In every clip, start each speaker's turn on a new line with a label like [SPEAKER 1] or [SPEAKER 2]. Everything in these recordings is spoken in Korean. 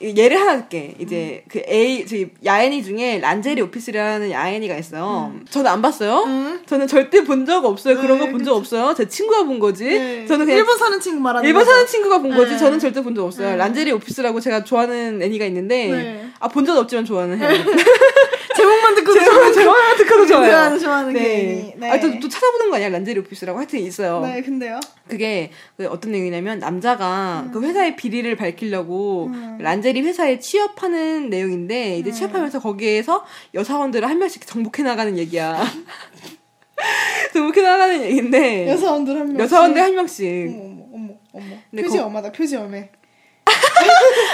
[SPEAKER 1] 예를 하나 할게.
[SPEAKER 2] 음.
[SPEAKER 1] 이제 그 A 저기 야엔이 중에 란제리 오피스라는 야엔이가 있어요. 저는 안 봤어요. 저는 절대 본 적 없어요. 그런
[SPEAKER 2] 음.
[SPEAKER 1] 거
[SPEAKER 2] 네,
[SPEAKER 1] 본 적 없어요. 제 친구가 본 거지.
[SPEAKER 2] 네.
[SPEAKER 1] 저는 그냥
[SPEAKER 2] 일본 사는 친구 말하는
[SPEAKER 1] 일본 사는
[SPEAKER 2] 거죠?
[SPEAKER 1] 친구가 본 거지.
[SPEAKER 2] 네.
[SPEAKER 1] 저는 절대 본 적 없어요.
[SPEAKER 2] 네.
[SPEAKER 1] 란제리 오피스라고 제가 좋아하는 애니가 있는데
[SPEAKER 2] 네.
[SPEAKER 1] 아 본 적 없지만 좋아하는 해.
[SPEAKER 2] 제목만 듣고
[SPEAKER 1] 제가 제가 듣고도 좋아요.
[SPEAKER 2] 좋아하는 좋아하는
[SPEAKER 1] 네.
[SPEAKER 2] 게. 네.
[SPEAKER 1] 아, 또, 또 찾아보는 거 아니야? 란제리 오피스라고 하여튼 있어요.
[SPEAKER 2] 네, 근데요.
[SPEAKER 1] 그게 그 어떤 내용이냐면 남자가 그 회사의 비리를 밝히려고
[SPEAKER 2] 음.
[SPEAKER 1] 란제리 회사에 취업하는 내용인데 이제 취업하면서 거기에서 여사원들을 한 명씩 정복해 나가는 얘기야. 정복해 나가는 얘기인데
[SPEAKER 2] 여사원들 음. 한 명.
[SPEAKER 1] 네. 여사원들 한 명씩.
[SPEAKER 2] 어머 어머 어머 어머.
[SPEAKER 1] 근데
[SPEAKER 2] 표지
[SPEAKER 1] 거-
[SPEAKER 2] 엄마다 표지 엄해.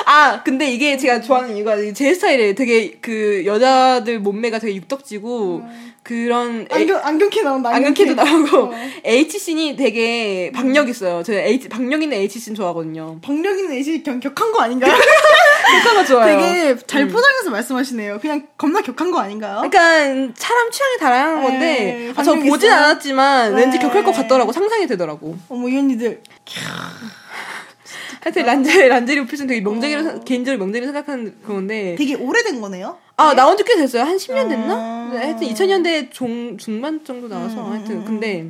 [SPEAKER 1] 아 근데 이게 제가 좋아하는 이유가 제 스타일에 되게 그 여자들 몸매가 되게 육덕지고 그런 애-
[SPEAKER 2] 음. 아, 안경 안경캐 나온다.
[SPEAKER 1] 뭐, 안경캐도 나오고
[SPEAKER 2] 어.
[SPEAKER 1] H 씬이 되게 박력 있어요. 저는 H 박력 있는 H 씬 좋아하거든요.
[SPEAKER 2] 박력 있는 애시 경 격한 거 아닌가요?
[SPEAKER 1] 효과가 좋아요. 음.
[SPEAKER 2] 되게 잘 포장해서 말씀하시네요. 그냥 겁나 격한 거 아닌가요?
[SPEAKER 1] 그러니까 사람 취향이 다양한 건데
[SPEAKER 2] 어? 네,
[SPEAKER 1] 아, 저
[SPEAKER 2] 관심
[SPEAKER 1] 보진
[SPEAKER 2] 있어요?
[SPEAKER 1] 않았지만 왠지
[SPEAKER 2] 네.
[SPEAKER 1] 격할 것 같더라고 상상이 되더라고.
[SPEAKER 2] 어머 이 언니들
[SPEAKER 1] 하여튼
[SPEAKER 2] 그러니까.
[SPEAKER 1] 란제 란제리 오피스는 되게 명작이라
[SPEAKER 2] 어.
[SPEAKER 1] 고 개인적으로 명작이라 생각하는 그건데
[SPEAKER 2] 되게 오래된 거네요.
[SPEAKER 1] 아 나온 지 꽤 됐어요 한 10년 됐나?
[SPEAKER 2] 아.
[SPEAKER 1] 네, 하여튼 2000년대 중 중반 정도 나와서
[SPEAKER 2] 음,
[SPEAKER 1] 하여튼
[SPEAKER 2] 음,
[SPEAKER 1] 근데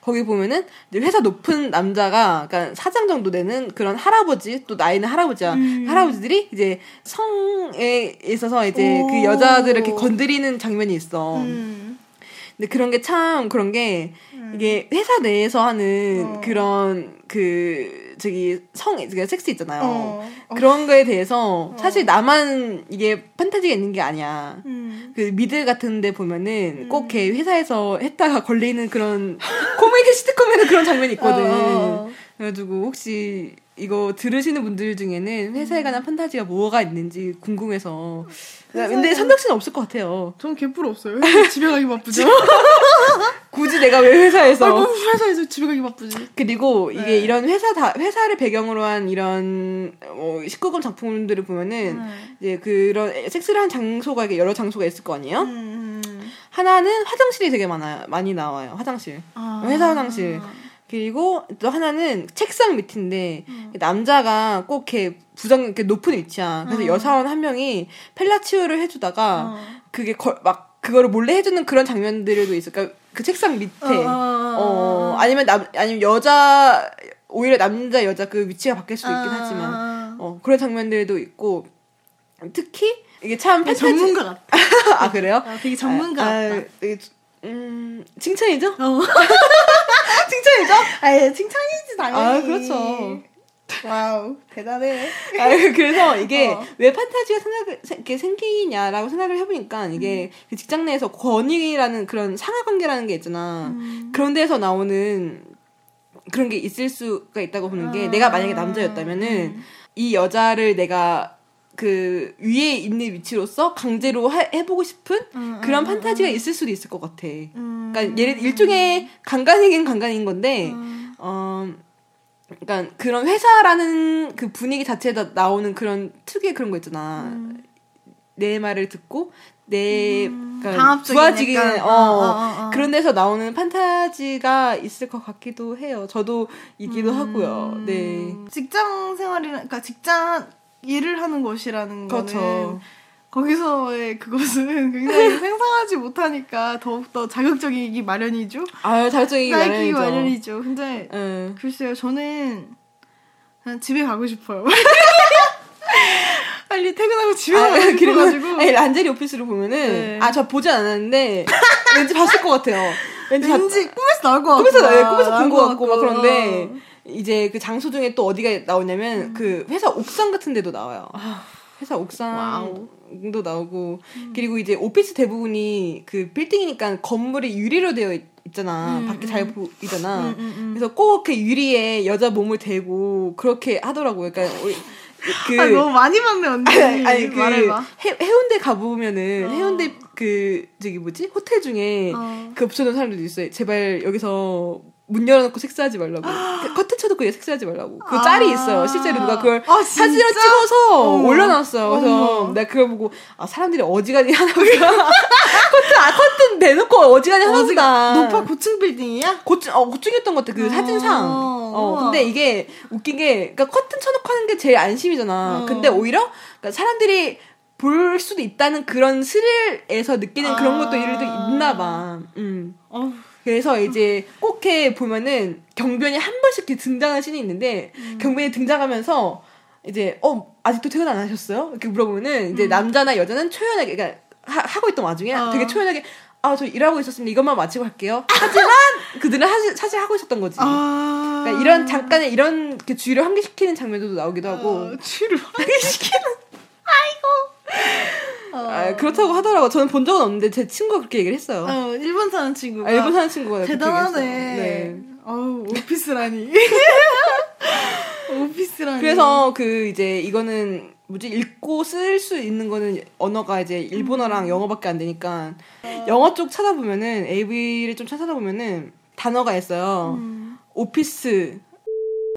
[SPEAKER 1] 거기 보면은 이제 회사 높은 남자가 그러니까 사장 정도 되는 그런 할아버지 또 나이는 할아버지야
[SPEAKER 2] 음.
[SPEAKER 1] 할아버지들이 이제 성에 있어서 이제 그
[SPEAKER 2] 오.
[SPEAKER 1] 여자들을 이렇게 건드리는 장면이 있어.
[SPEAKER 2] 음.
[SPEAKER 1] 근데 그런 게 참 그런 게 이게 회사 내에서 하는
[SPEAKER 2] 어.
[SPEAKER 1] 그런 그 저기 성 그러니까 섹스 있잖아요.
[SPEAKER 2] 어. 어.
[SPEAKER 1] 그런 거에 대해서 사실 나만 이게 판타지가 있는 게 아니야.
[SPEAKER 2] 음.
[SPEAKER 1] 그 미드 같은데 보면은 꼭 걔 회사에서 했다가 걸리는 그런 코미디 시트콤에는 그런 장면이 있거든.
[SPEAKER 2] 어.
[SPEAKER 1] 그래가지고 혹시 이거 들으시는 분들 중에는 회사에 관한 판타지가 뭐가 있는지 궁금해서. 근데
[SPEAKER 2] 음. 회사에
[SPEAKER 1] 선덕 씨는 없을 것 같아요.
[SPEAKER 2] 전 개뿔 없어요. 회사 집에 가기 바쁘죠.
[SPEAKER 1] 굳이 내가
[SPEAKER 2] 어,
[SPEAKER 1] 왜 회사에서?
[SPEAKER 2] 아이고 뭐, 회사에서 집에 가기 바쁘지.
[SPEAKER 1] 그리고 이게
[SPEAKER 2] 네.
[SPEAKER 1] 이런 회사 다 회사를 배경으로 한 이런 어, 19금 작품들을 보면은
[SPEAKER 2] 음.
[SPEAKER 1] 이제 그런 섹스를 한 장소가 이게 여러 장소가 있을 거 아니에요?
[SPEAKER 2] 음, 음.
[SPEAKER 1] 하나는 화장실이 되게 많아요. 많이 나와요. 화장실.
[SPEAKER 2] 아.
[SPEAKER 1] 회사 화장실. 그리고 또 하나는 책상 밑인데
[SPEAKER 2] 음.
[SPEAKER 1] 남자가 꼭 이렇게 부장 이렇게 높은 위치야. 그래서
[SPEAKER 2] 음.
[SPEAKER 1] 여사원 한 명이 펠라치오를 해주다가
[SPEAKER 2] 어.
[SPEAKER 1] 그게 걸- 막 그거를 몰래 해주는 그런 장면들도 있어. 그러니까 그 책상 밑에.
[SPEAKER 2] 어,
[SPEAKER 1] 어, 아니면 남, 아니면 여자, 오히려 남자, 여자 그 위치가 바뀔 수도
[SPEAKER 2] 아.
[SPEAKER 1] 있긴 하지만, 어, 그런 장면들도 있고, 특히, 이게 참
[SPEAKER 2] 되게
[SPEAKER 1] 판타지.
[SPEAKER 2] 전문가 같다.
[SPEAKER 1] 아, 그래요?
[SPEAKER 2] 아, 되게 전문가 같다.
[SPEAKER 1] 아, 이게 주- 음, 칭찬이죠?
[SPEAKER 2] 어.
[SPEAKER 1] 칭찬이죠?
[SPEAKER 2] 아예 칭찬이지 당연히.
[SPEAKER 1] 아, 그렇죠.
[SPEAKER 2] 와우 대단해.
[SPEAKER 1] 아, 그래서 이게
[SPEAKER 2] 어.
[SPEAKER 1] 왜 판타지가 생각, 생- 이렇게 생기냐라고 생각을 해보니까 이게
[SPEAKER 2] 음.
[SPEAKER 1] 그 직장 내에서 권위라는 그런 상하 관계라는 게 있잖아.
[SPEAKER 2] 음.
[SPEAKER 1] 그런 데서 나오는 그런 게 있을 수가 있다고 보는 게
[SPEAKER 2] 아. 음.
[SPEAKER 1] 내가 만약에 남자였다면은 이 여자를 내가 그 위에 있는 위치로서 강제로 하- 해보고 싶은
[SPEAKER 2] 음.
[SPEAKER 1] 그런 판타지가 있을 수도 있을 것 같아. 그러니까 예를 일종의
[SPEAKER 2] 음.
[SPEAKER 1] 강간이긴 강간인 건데, 어, 그러니까 그런 회사라는 그 분위기 자체에다 나오는 그런 특유의 그런 거 있잖아.
[SPEAKER 2] 음.
[SPEAKER 1] 내 말을 듣고 내 그러니까
[SPEAKER 2] 강압적인
[SPEAKER 1] 부하직이는
[SPEAKER 2] 음. 약간,
[SPEAKER 1] 어,
[SPEAKER 2] 어, 어, 어.
[SPEAKER 1] 그런 데서 나오는 판타지가 있을 것 같기도 해요. 저도
[SPEAKER 2] 음.
[SPEAKER 1] 이기도 하고요. 네.
[SPEAKER 2] 직장 생활이라 그러니까 직장 일을 하는 것이라는 거는
[SPEAKER 1] 그렇죠.
[SPEAKER 2] 거기서의 그것은 굉장히 생성하지 못하니까 더욱더 자극적이기 마련이죠.
[SPEAKER 1] 아유, 자격증이
[SPEAKER 2] 쌓이기
[SPEAKER 1] 마련이죠.
[SPEAKER 2] 마련이죠. 근데
[SPEAKER 1] 응.
[SPEAKER 2] 글쎄요, 저는 그냥 집에 가고 싶어요. 빨리 퇴근하고 집에
[SPEAKER 1] 아,
[SPEAKER 2] 가고
[SPEAKER 1] 그리고
[SPEAKER 2] 싶어가지고.
[SPEAKER 1] 아니, 란제리 오피스를 보면은
[SPEAKER 2] 네.
[SPEAKER 1] 아 저 보지 않았는데 왠지 봤을 것 같아요. 왠지, 봤-
[SPEAKER 2] 왠지 꿈에서 나올 것 같고.
[SPEAKER 1] 꿈에서 나- 예,
[SPEAKER 2] 막
[SPEAKER 1] 꿈에서
[SPEAKER 2] 나올
[SPEAKER 1] 본 것 같고 막
[SPEAKER 2] 아, 어. 음.
[SPEAKER 1] 그런데 이제 그 장소 중에 또 어디가 나오냐면 그 회사 옥상 같은 데도 나와요. 회사 옥상도
[SPEAKER 2] 아. 와우. 음.
[SPEAKER 1] 나오고 그리고 이제 오피스 대부분이 그 빌딩이니까 건물이 유리로 되어 있, 잖아
[SPEAKER 2] 음,
[SPEAKER 1] 밖에
[SPEAKER 2] 음.
[SPEAKER 1] 잘 보이잖아.
[SPEAKER 2] 음, 음, 음.
[SPEAKER 1] 그래서 꼭 그 유리에 여자 몸을 대고 그렇게 하더라고요. 그러니까 우리- 그
[SPEAKER 2] 아, 너무 많이 봤네 언니.
[SPEAKER 1] 아니 그
[SPEAKER 2] 아, 말해봐. 어.
[SPEAKER 1] 해, 해운대 가보면은 해운대 그 저기 뭐지 호텔 중에
[SPEAKER 3] 어.
[SPEAKER 1] 그 붙여놓은 사람들도 있어요. 제발 여기서 문 열어놓고 섹스하지 말라고. 그 커튼쳐도 그게 섹스하지 말라고. 그
[SPEAKER 2] 아.
[SPEAKER 1] 짤이 있어요. 실제로 누가 그걸
[SPEAKER 2] 아, 진짜?
[SPEAKER 1] 사진을 찍어서
[SPEAKER 2] 어머.
[SPEAKER 1] 올려놨어요. 그래서
[SPEAKER 2] 어머.
[SPEAKER 1] 내가 그걸 보고 아 사람들이 어지간히 하나 보다. 커튼 아 커튼 대놓고 어지간히 하나 보다.
[SPEAKER 2] 높아 고층 빌딩이야?
[SPEAKER 1] 고충 어 고충이었던 것 같아 그
[SPEAKER 2] 어.
[SPEAKER 1] 사진상 어
[SPEAKER 2] 우와.
[SPEAKER 1] 근데 이게 웃긴 게 그러니까 커튼 쳐놓고 하는 게 제일 안심이잖아
[SPEAKER 2] 어.
[SPEAKER 1] 근데 오히려 그러니까 사람들이 볼 수도 있다는 그런 스릴에서 느끼는 그런 것도
[SPEAKER 2] 아.
[SPEAKER 1] 일도 있나 봐 음.
[SPEAKER 2] 어휴.
[SPEAKER 1] 그래서 이제 꼭 해 보면은 경변이 한 번씩 이렇게 등장하는 신이 있는데
[SPEAKER 2] 음.
[SPEAKER 1] 경변이 등장하면서 이제 어 아직도 퇴근 안 하셨어요? 이렇게 물어보면은 이제 남자나 여자는 초연하게 그러니까 하, 고 있던 와중에
[SPEAKER 2] 음. 어.
[SPEAKER 1] 되게 초연하게 아 저 일하고 있었습니다 이것만 마치고 할게요. 하지만 그들은 사실, 사실 하고 있었던 거지.
[SPEAKER 2] 아.
[SPEAKER 1] 그러니까 이런 잠깐의 이런 이렇게 주의를 환기시키는 장면도 나오기도 하고
[SPEAKER 2] 어, 치료.
[SPEAKER 1] 아, 그렇다고 하더라고. 저는 본 적은 없는데 제 친구가 그렇게 얘기를 했어요.
[SPEAKER 2] 어, 일본 사는 친구가.
[SPEAKER 1] 아, 일본 사는 친구가 그렇게
[SPEAKER 2] 대단하네.
[SPEAKER 1] 얘기했어요. 네.
[SPEAKER 2] 어우, 오피스라니. 오피스라니.
[SPEAKER 1] 그래서 그 이제 이거는 뭐지 읽고 쓸 수 있는 거는 언어가 이제 일본어랑
[SPEAKER 2] 음.
[SPEAKER 1] 영어밖에 안 되니까
[SPEAKER 2] 아.
[SPEAKER 1] 영어 쪽 찾아보면은 AV를 좀 찾아보면은 단어가 있어요.
[SPEAKER 2] 음.
[SPEAKER 1] 오피스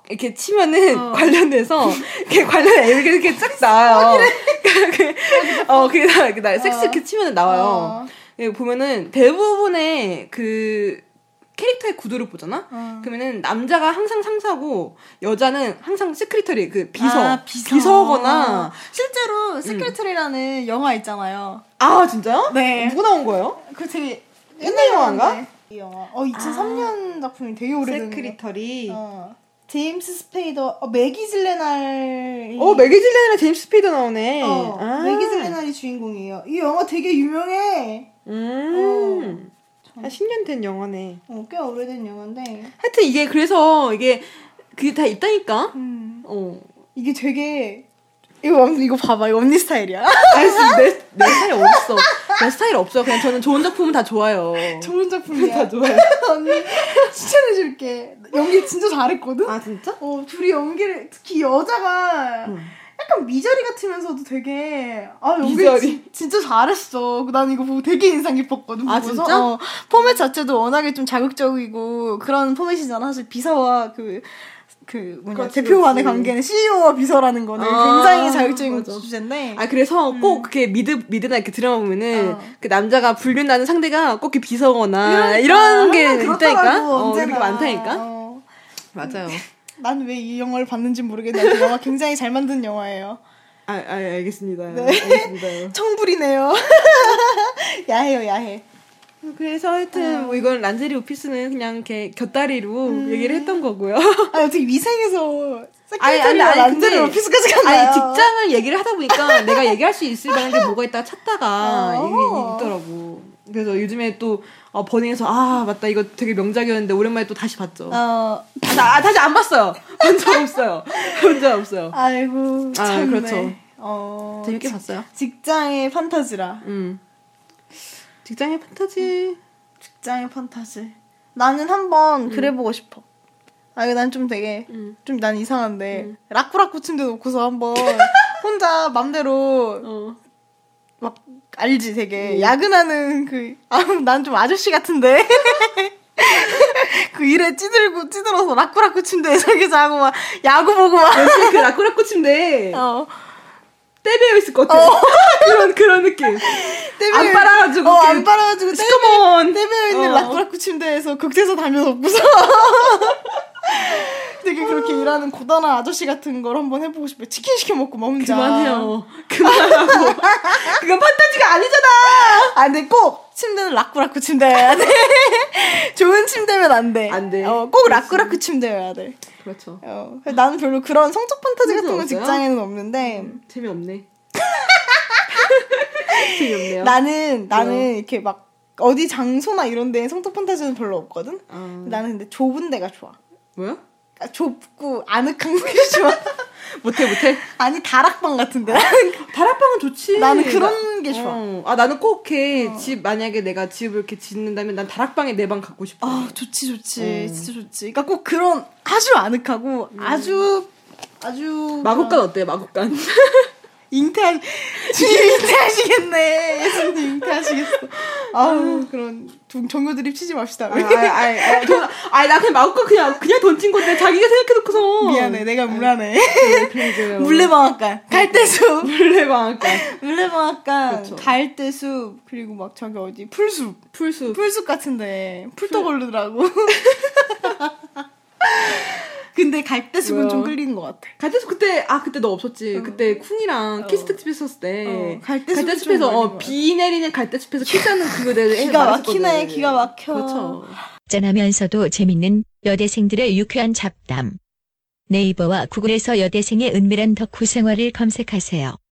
[SPEAKER 1] 이렇게 치면은
[SPEAKER 2] 어.
[SPEAKER 1] 관련돼서 이렇게 관련 AV가 이렇게 쫙 나와요. 그게- 어 그게 나 이렇게 나 섹스 이렇게 치면은 나와요.
[SPEAKER 2] 어,
[SPEAKER 1] 예, 보면은 대부분의 그 캐릭터의 구도를 보잖아.
[SPEAKER 2] 어.
[SPEAKER 1] 그러면은 남자가 항상 상사고 여자는 항상 세크리터리 그 비서,
[SPEAKER 2] 아, 비서. 아.
[SPEAKER 1] 거나 음.
[SPEAKER 2] 실제로 시크리트리라는 영화 있잖아요.
[SPEAKER 1] 아 진짜요?
[SPEAKER 2] 네.
[SPEAKER 1] 누구 나온 거예요?
[SPEAKER 2] 그 되게
[SPEAKER 1] 옛날 영화인가? 아.
[SPEAKER 2] 영화인데. 이 영화. 어 2003년 작품이 되게 오래된.
[SPEAKER 1] 세크리터리. 어,
[SPEAKER 2] 어. 제임스 스페이더, 어, 매기 질레날.
[SPEAKER 1] 어, 매기 질레나랑 제임스 스페이더 나오네.
[SPEAKER 2] 어,
[SPEAKER 1] 아.
[SPEAKER 2] 매기 질레날이 주인공이에요. 이 영화 되게 유명해.
[SPEAKER 1] 음. 한 10년 된 영화네.
[SPEAKER 2] 어, 꽤 오래된 영화인데.
[SPEAKER 1] 하여튼 이게 그래서 이게 그게 다 있다니까.
[SPEAKER 2] 음.
[SPEAKER 1] 어.
[SPEAKER 2] 이게 되게 이거 완- 이거 봐봐 이거 언니 스타일이야.
[SPEAKER 1] 알수 내, 내 스타일 없어. 내 스타일 없어요. 그냥 저는 좋은 작품은 다 좋아요.
[SPEAKER 2] 좋은 작품이야.
[SPEAKER 1] 다 좋아요.
[SPEAKER 2] 언니 추천해줄게. 연기 진짜 잘했거든.
[SPEAKER 1] 아 진짜?
[SPEAKER 2] 어 둘이 연기를 특히 여자가
[SPEAKER 1] 음.
[SPEAKER 2] 약간 미저리 같으면서도 되게 아 연기
[SPEAKER 1] 미저리.
[SPEAKER 2] 진- 진짜 잘했어. 난 이거 보고 되게 인상 깊었거든.
[SPEAKER 1] 아,
[SPEAKER 2] 보고서.
[SPEAKER 1] 진짜?
[SPEAKER 2] 어, 포맷 자체도 워낙에 좀 자극적이고 그런 포맷이잖아. 사실 비서와 그. 그 뭐냐
[SPEAKER 1] 그렇지,
[SPEAKER 2] 대표와의
[SPEAKER 1] 그렇지.
[SPEAKER 2] 관계는 CEO와 비서라는 거는
[SPEAKER 1] 아,
[SPEAKER 2] 굉장히 자극적인
[SPEAKER 1] 맞아.
[SPEAKER 2] 주제인데
[SPEAKER 1] 아 그래서 꼭 그렇게 미드 미드나 이렇게 드라마 보면은
[SPEAKER 2] 어.
[SPEAKER 1] 그 남자가 불륜 나는 상대가 꼭 이렇게 비서거나
[SPEAKER 2] 그러니까,
[SPEAKER 1] 이런 게
[SPEAKER 2] 항상
[SPEAKER 1] 있다니까
[SPEAKER 2] 그렇더라고,
[SPEAKER 1] 어, 네. 그런 게
[SPEAKER 2] 언제나.
[SPEAKER 1] 많다니까
[SPEAKER 2] 어.
[SPEAKER 1] 맞아요
[SPEAKER 2] 난왜 이 영화를 봤는지 모르겠는데 영화 굉장히 잘 만든 영화예요.
[SPEAKER 1] 아, 아 알겠습니다 알겠습니다
[SPEAKER 2] 청불이네요. 야해요 야해.
[SPEAKER 1] 그래서 하여튼 뭐 이건 란제리 오피스는 그냥 이렇게 곁다리로 얘기를 했던 거고요
[SPEAKER 2] 아 어떻게 위생에서
[SPEAKER 1] 아니, 아니,
[SPEAKER 2] 세크리터리와
[SPEAKER 1] 아니,
[SPEAKER 2] 남자를
[SPEAKER 1] 근데-
[SPEAKER 2] 오피스까지
[SPEAKER 1] 아니
[SPEAKER 2] 갔나요?
[SPEAKER 1] 직장을 얘기를 하다 보니까 내가 얘기할 수 있을 만한 게 뭐가 있다 찾다가
[SPEAKER 2] 어.
[SPEAKER 1] 이게 있더라고 그래서 요즘에 또 어, 버닝에서 아 맞다 이거 되게 명작이었는데 오랜만에 또 다시 봤죠
[SPEAKER 2] 어
[SPEAKER 1] 아, 나- 아, 다시 안 봤어요. 본 적 없어요. 본 적 없어요.
[SPEAKER 2] 아이고
[SPEAKER 1] 아,
[SPEAKER 2] 참네.
[SPEAKER 1] 그렇죠.
[SPEAKER 2] 어
[SPEAKER 1] 재밌게 봤어요.
[SPEAKER 2] 직장의 판타지라.
[SPEAKER 1] 음. 직장의 판타지.
[SPEAKER 2] 직장의 판타지. 나는 한번 그래보고 싶어. 아, 난 좀 되게,
[SPEAKER 1] 음.
[SPEAKER 2] 좀 난 이상한데, 라쿠라쿠 침대 놓고서 한번 혼자 맘대로
[SPEAKER 1] 어.
[SPEAKER 2] 막 알지
[SPEAKER 1] 음.
[SPEAKER 2] 되게 야근하는 그 아 난 좀 아저씨 같은데 그 일에 찌들고 찌들어서 라쿠라쿠 침대에서 이렇게 자고 막 야구 보고 막
[SPEAKER 1] 역시 그 라쿠라쿠 침대
[SPEAKER 2] 어.
[SPEAKER 1] 떼베어 있을 것 같아. 그런 그런 느낌. 안 빨아가지고
[SPEAKER 2] 어,
[SPEAKER 1] 이렇게
[SPEAKER 2] 안 빨아가지고
[SPEAKER 1] 시커먼.
[SPEAKER 2] 떼베어 있는
[SPEAKER 1] 어.
[SPEAKER 2] 라쿠라쿠 침대에서 극대사 달면 없고서 되게 그렇게 일하는 고단한 아저씨 같은 걸 한번 해보고 싶어요 치킨 시켜 먹고 막 혼자
[SPEAKER 1] 그만해요. 그만하고. 그건 판타지가 아니잖아.
[SPEAKER 2] 아, 근데 꼭 침대는 라쿠라쿠 침대여야 돼. 좋은 침대면 안 돼.
[SPEAKER 1] 안 돼.
[SPEAKER 2] 어, 꼭 라쿠라쿠 침대여야 돼.
[SPEAKER 1] 그렇죠.
[SPEAKER 2] 어, 그래서 나는 별로 그런 성적 판타지 같은 건
[SPEAKER 1] 없어요?
[SPEAKER 2] 직장에는 없는데
[SPEAKER 1] 재미없네. 재미없네요.
[SPEAKER 2] 나는 나는
[SPEAKER 1] 왜요?
[SPEAKER 2] 이렇게 막 어디 장소나 이런 데에 성적 판타지는 별로 없거든.
[SPEAKER 1] 아,
[SPEAKER 2] 나는 근데 좁은 데가 좋아.
[SPEAKER 1] 뭐야?
[SPEAKER 2] 그러니까 좁고 아늑한 게 좋아.
[SPEAKER 1] 못해 못해.
[SPEAKER 2] 아니 다락방 같은 데.
[SPEAKER 1] 다락방은 좋지.
[SPEAKER 2] 나는 그런 게 좋아.
[SPEAKER 1] 어. 아 나는 꼭 이렇게 집 만약에 내가 집을 이렇게 짓는다면 난 다락방에 내 방 갖고 싶어.
[SPEAKER 2] 아 좋지
[SPEAKER 1] 음.
[SPEAKER 2] 좋지 진짜 좋지. 그러니까 꼭 그런 아주 아늑하고 아주 아주
[SPEAKER 1] 마곡간 어때요? 마곡간.
[SPEAKER 2] 잉태하 주님 잉태하시겠네. 예수님 잉태하시겠어. 아우 그런 종- 종교 드립 치지 맙시다.
[SPEAKER 1] 아, 아, 아, 아, 돈, 아니, 나 그냥 마음껏 그냥, 그냥 던진 건데, 자기가 생각해놓고서.
[SPEAKER 2] 미안해,
[SPEAKER 1] 아,
[SPEAKER 2] 내가 물하네.
[SPEAKER 1] 물레,
[SPEAKER 2] 물레방앗간, 갈대숲,
[SPEAKER 1] 물레방앗간.
[SPEAKER 2] 물레방앗간,
[SPEAKER 1] 그쵸.
[SPEAKER 2] 갈대숲 그리고 막 저기 어디 풀숲,
[SPEAKER 1] 풀숲.
[SPEAKER 2] 풀숲 같은데 풀떡 오르더라고. 근데 갈대숲은
[SPEAKER 1] 뭐야?
[SPEAKER 2] 좀 끌리는 것 같아.
[SPEAKER 1] 갈대숲 그때, 아, 그때 너 없었지. 그때 쿵이랑
[SPEAKER 2] 어.
[SPEAKER 1] 키스 특집 했었을 때.
[SPEAKER 2] 어, 갈대숲이
[SPEAKER 1] 네. 갈대숲에서,
[SPEAKER 2] 좀
[SPEAKER 1] 어,
[SPEAKER 2] 많이
[SPEAKER 1] 비 내리는 갈대숲에서 키스하는 그거 내가
[SPEAKER 2] 기가
[SPEAKER 1] 말했었거든.
[SPEAKER 2] 막히네, 기가 막혀.
[SPEAKER 1] 그렇죠.
[SPEAKER 4] 짠하면서도 재밌는 여대생들의 유쾌한 잡담. 네이버와 구글에서 여대생의 은밀한 덕후 생활을 검색하세요.